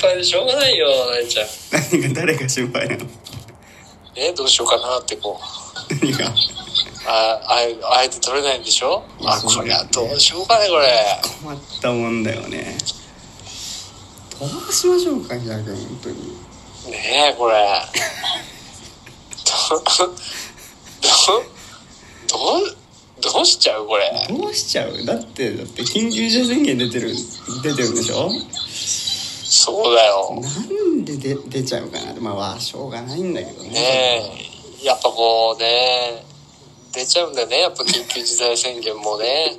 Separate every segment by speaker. Speaker 1: 配でしょうがないよ、大ちゃん。
Speaker 2: 何が誰が心配なの
Speaker 1: え、どうしようかなってこう。
Speaker 2: 何が
Speaker 1: あ、あえ、あえて取れないんでしょあ、こりゃどうしようかね、これ。
Speaker 2: 困ったもんだよねどうしましょうかじゃあ本当に
Speaker 1: ねえ、これ。ど、ど、どう、どうしちゃうこれ。
Speaker 2: どうしちゃうだってだって緊急事態宣言出てる出てるんでしょ
Speaker 1: そうだよ。
Speaker 2: なんでで出ちゃうかなまあまあしょうがないんだけどね
Speaker 1: ねえ、やっぱこうね、出ちゃうんだよね、やっぱ緊急事態宣言もね。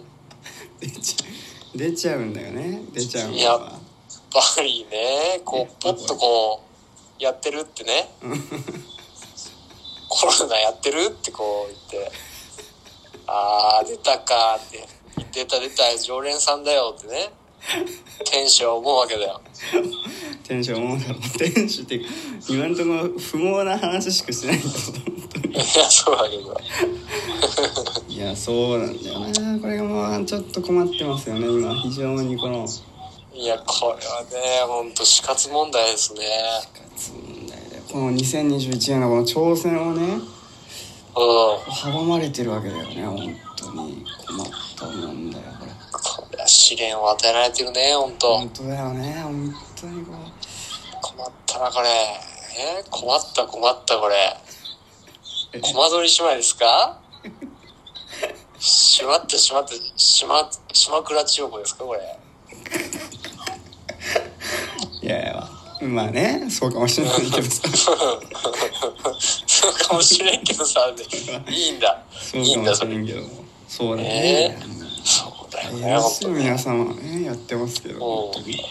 Speaker 2: 出ちゃう出ちゃうんだよね出ちゃうの
Speaker 1: いや
Speaker 2: は
Speaker 1: やっぱりねこうポッとこうやってるってねコロナやってるってこう言って「あー出たか」って「出た出た常連さんだよ」ってねテンション思うわけだよ
Speaker 2: テンションもうだろテンションっていうか今んところ不毛な話しかしてないんだ本当
Speaker 1: いやそうだけど
Speaker 2: にいやそうなんだよなこれがもうちょっと困ってますよね今非常にこの
Speaker 1: いやこれはねほんと死活問題ですね
Speaker 2: 問題だよこの2021年のこの挑戦をね
Speaker 1: うん
Speaker 2: 阻まれてるわけだよね本当に困ったもんだよこれ
Speaker 1: これは試練を与えられてるねほんと
Speaker 2: 本当だよね本当にこう
Speaker 1: 困ったなこれえ困った困ったこれ駒取り姉妹ですかしまってしまってしましまくら千代子ですかこれ
Speaker 2: いやいやまあねそうかもしれないけどさ
Speaker 1: そうかもしれんけどさいいんだ
Speaker 2: そ
Speaker 1: いうい
Speaker 2: か
Speaker 1: ん
Speaker 2: も
Speaker 1: だ
Speaker 2: し
Speaker 1: そ
Speaker 2: れ
Speaker 1: れ
Speaker 2: んけどそうだね、
Speaker 1: そうだよ
Speaker 2: い
Speaker 1: ね
Speaker 2: や
Speaker 1: 本当ね
Speaker 2: 皆様ねやってますけど
Speaker 1: うん
Speaker 2: 本当に
Speaker 1: も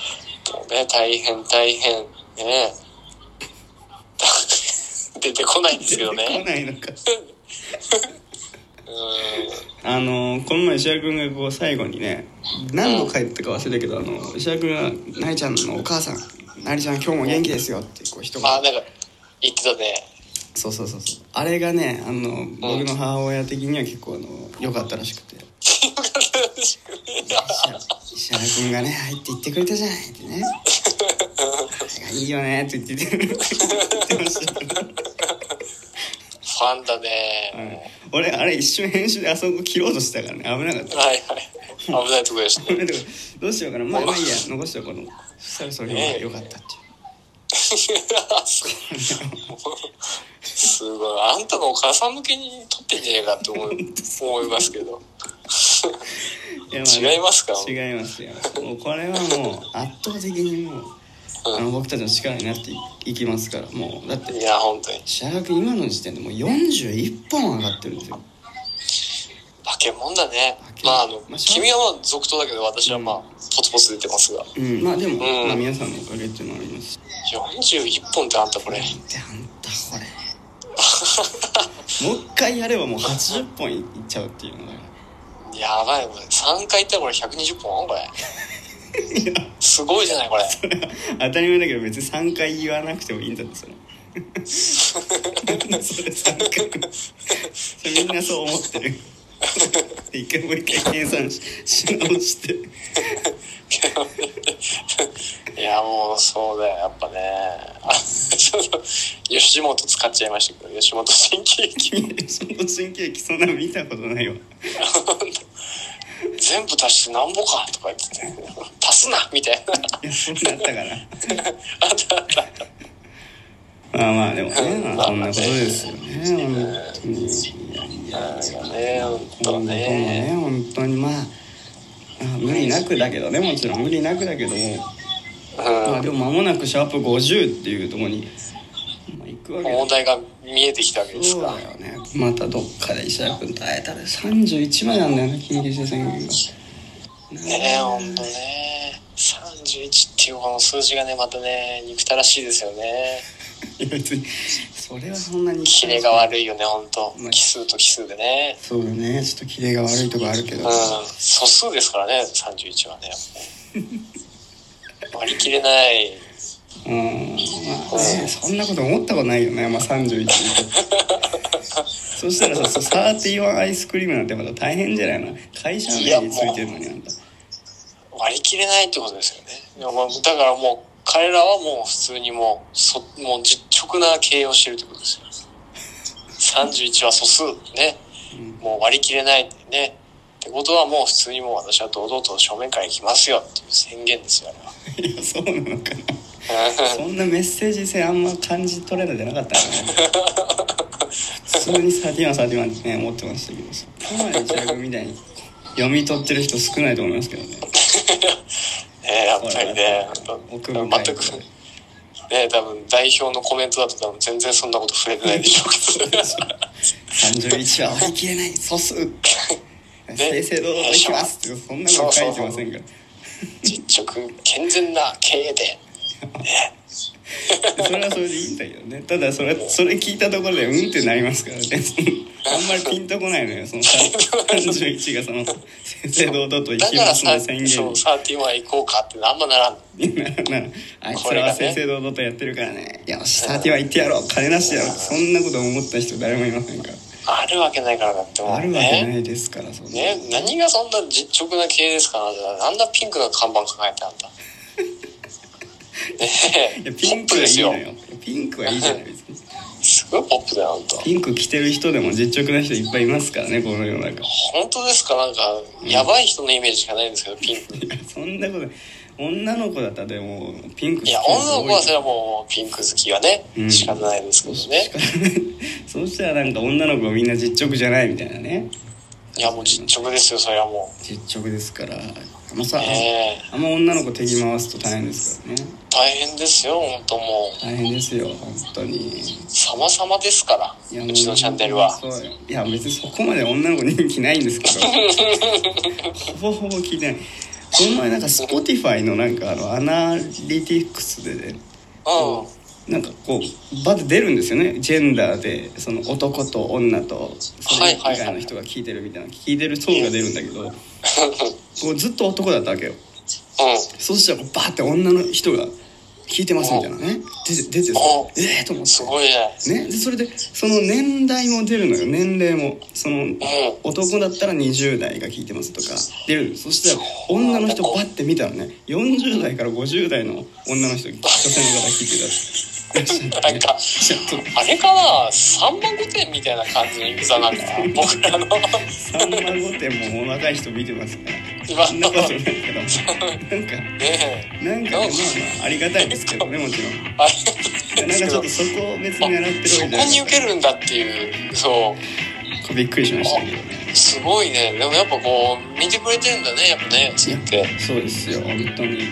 Speaker 1: うね大変大変ね 出てこないんですけど
Speaker 2: 来
Speaker 1: ね
Speaker 2: ないのか
Speaker 1: う
Speaker 2: あのこの前石原君がこう最後にね何度帰ったか忘れたけどあの石原君が「なりちゃんのお母さんなりちゃん今日も元気ですよ」ってこう一
Speaker 1: ん
Speaker 2: 言
Speaker 1: まあなんか言ってたね
Speaker 2: そうそうそうそうあれがねあの僕の母親的には結構あの良かったらしくて石原君がね入って言ってくれたじゃないってねあれがいいよねって言ってて言ってましたよ
Speaker 1: ファンだね、
Speaker 2: 俺あれ一瞬編集であそこ切ろうとしたからね危なかった
Speaker 1: はいはい危ないとこでした
Speaker 2: 危ないとこどうしようかなまあまあいいや残しておこうそしたらそれが良かったっていう
Speaker 1: すごいあんたのお母さん向けに撮ってんじゃねえかって思う思いますけど
Speaker 2: い
Speaker 1: 違
Speaker 2: や
Speaker 1: いますか
Speaker 2: 違い ますよもうこれはもう圧倒的にもうあの僕たちの力になっていいきますからもうだって
Speaker 1: いや本当に
Speaker 2: シャーク今の時点でもう41本上がってるんですよ
Speaker 1: 化け物だね
Speaker 2: 化け
Speaker 1: まあ
Speaker 2: 物
Speaker 1: あの、
Speaker 2: まあしょう
Speaker 1: 君はまあ続投だけど私はまあポツポツ出てますが
Speaker 2: うんまあでも、
Speaker 1: ん
Speaker 2: まあ、皆さんのおかげっていうのもありますし
Speaker 1: 41本ってあんたこれ
Speaker 2: であんたこれもう一回やればもう80本いっちゃうっていうのが
Speaker 1: やばいこれ3回行ったらこれ120本これ すごいじゃないこれ
Speaker 2: 当たり前だけど別に3回言わなくてもいいんだってそれなんだそれ3回それみんなそう思ってる一回もう一回計算しし直して
Speaker 1: いやもうそうだよやっぱね あちょっと吉本使っちゃいましたけど吉本新喜劇
Speaker 2: 君その新喜劇そんなの見たことないわ
Speaker 1: 全部足してなんぼかとか言ってて足すなみたいな
Speaker 2: いやそうなったから
Speaker 1: あったあった
Speaker 2: まあまあでもね、まあ、そんなことですよね本当にいやいや
Speaker 1: ね本
Speaker 2: 日
Speaker 1: 当
Speaker 2: 本も
Speaker 1: ね
Speaker 2: ね本当にまああ無理なくだけどねもちろん無理なくだけども、
Speaker 1: うん
Speaker 2: まあ、でも間もなくシャープ50っていうところに、まあ、行くわけ
Speaker 1: 問題が見えてきたわけです
Speaker 2: そう
Speaker 1: から
Speaker 2: だよねまたどっかで石原君と会えたら31枚なんだよね緊急事態宣言が
Speaker 1: ね本当ね31っていうこの数字がねまたね憎たらしいですよね
Speaker 2: いや別にそれはそんなに
Speaker 1: キレが悪いよね本当奇数と奇数でね
Speaker 2: そうだねちょっとキレが悪いとこあるけ
Speaker 1: う
Speaker 2: ど、
Speaker 1: ん素数ですからね31はねやっぱね割り切れない
Speaker 2: うんまあねそんなこと思ったことないよね、まあ、31そしたらさサーティワンアイスクリームなんてまた大変じゃないの会社名についてるのになんだ
Speaker 1: 割り切れないってことですよねでもだからもう彼らはもう普通にもう、そもう実直な経営をしてるってことですよ。31は素数ね。
Speaker 2: うん
Speaker 1: もう割り切れないんでね。ってことはもう普通にもう私は堂々と正面から行きますよっていう宣言ですよ、あれは。
Speaker 2: いやそうなのかな そんなメッセージ性あんま感じ取れるでなかったな普通にサティマンサティマンってね思ってましたけどそこまでジャグみたいに読み取ってる人少ないと思いますけどね
Speaker 1: ねえやっぱりね、
Speaker 2: 奥
Speaker 1: 全
Speaker 2: 深い
Speaker 1: く、ね多分代表のコメントだと多分全然そんなこと触れてないでしょう けど。
Speaker 2: 31は割り切れない素数正々堂々といきますってそんなの書いてませんから
Speaker 1: 実直、健全な経営で。
Speaker 2: それはそれでいいんだけどねただそれそれ聞いたところでうんってなりますからねそのあんまりピンとこないのよその31がその正々堂々とい
Speaker 1: だか
Speaker 2: き
Speaker 1: ら
Speaker 2: ます
Speaker 1: さ、
Speaker 2: の
Speaker 1: そ
Speaker 2: 宣
Speaker 1: う、
Speaker 2: 言に
Speaker 1: 31は行こうかってあんまならん。
Speaker 2: なな あいつらは正々堂々とやってるからねよしサーティは行ってやろう金なしでやろうそんなこと思った人誰もいませんか
Speaker 1: あるわけないからだっても
Speaker 2: ら
Speaker 1: う
Speaker 2: あるわけな
Speaker 1: ね。
Speaker 2: いですからそんな
Speaker 1: ね、何がそんな実直な経営ですかなあんなピンクの看板抱えてあんた。ね
Speaker 2: い
Speaker 1: え、
Speaker 2: や
Speaker 1: ポ
Speaker 2: ピン
Speaker 1: ップ
Speaker 2: クは
Speaker 1: で
Speaker 2: いい
Speaker 1: すよ
Speaker 2: の。よピンクはいいじゃない別に
Speaker 1: すごいポップだよ、ほんと。
Speaker 2: ピンク着てる人でも実直な人いっぱいいますからねこの世の中い
Speaker 1: 本当ですかなんか、やばい人のイメージしかないんですけど、ピンク。
Speaker 2: やそんなこと女の子だったらでもピンク
Speaker 1: い
Speaker 2: 着てる
Speaker 1: や、
Speaker 2: 人
Speaker 1: 女
Speaker 2: 多
Speaker 1: の子はそれはもうピンク好きはね
Speaker 2: う、ん
Speaker 1: 仕方ないですけどね。
Speaker 2: そうしたらなんか女の子はみんな実直じゃないみたいなね
Speaker 1: いや、もう実直ですよ、それはも
Speaker 2: 実直ですからあんまさ、
Speaker 1: う。ねえ、
Speaker 2: あんま女の子敵回すと大変ですからね
Speaker 1: 大変ですよ、本当も
Speaker 2: 大変ですよ本当に
Speaker 1: う。様々ですから、
Speaker 2: も
Speaker 1: うちのチャンネルは。
Speaker 2: そうよいや別にそこまで女の子人気ないんですけど ほぼほぼ聞いてないこの前なんか Spotify のなんかあのアナリティクスでね
Speaker 1: うん。
Speaker 2: なんかこうバッて出るんですよねジェンダーでその男と女とそれ以外の人が聞いてるみたいな聞いてる層が出るんだけどこうずっと男だったわけよ
Speaker 1: うん。
Speaker 2: そしたらこうバーって女の人が聞いてますみたいなね出て出てさ
Speaker 1: お
Speaker 2: ええー、と思って
Speaker 1: すごいね。
Speaker 2: ね、でそれでその年代も出るのよ年齢もその男だったら20代が聞いてますとか出るそしたら女の人バッて見たらね40代から50代の女の人女性の方が聞いてた
Speaker 1: なんか、
Speaker 2: ちょっと
Speaker 1: あれかな三万五点みたいな感じの言い草なんかな僕らの
Speaker 2: さんま御殿も若い人見てますね
Speaker 1: 今
Speaker 2: そんな
Speaker 1: の
Speaker 2: ことない
Speaker 1: ね
Speaker 2: からなんか
Speaker 1: え
Speaker 2: なんかねまあまあありがたいですけ どねもちろん
Speaker 1: あれで
Speaker 2: なん
Speaker 1: すけ
Speaker 2: かちょっ
Speaker 1: ど
Speaker 2: とそこを別に狙ってるわ
Speaker 1: あ
Speaker 2: けじ
Speaker 1: そ
Speaker 2: ゃ
Speaker 1: こ
Speaker 2: ない
Speaker 1: に受けるんだっていうそ
Speaker 2: びっくりしましたけどね
Speaker 1: うすごいねでもやっぱこう見てくれてるんだねやっぱねそうやって
Speaker 2: そうですよ本当に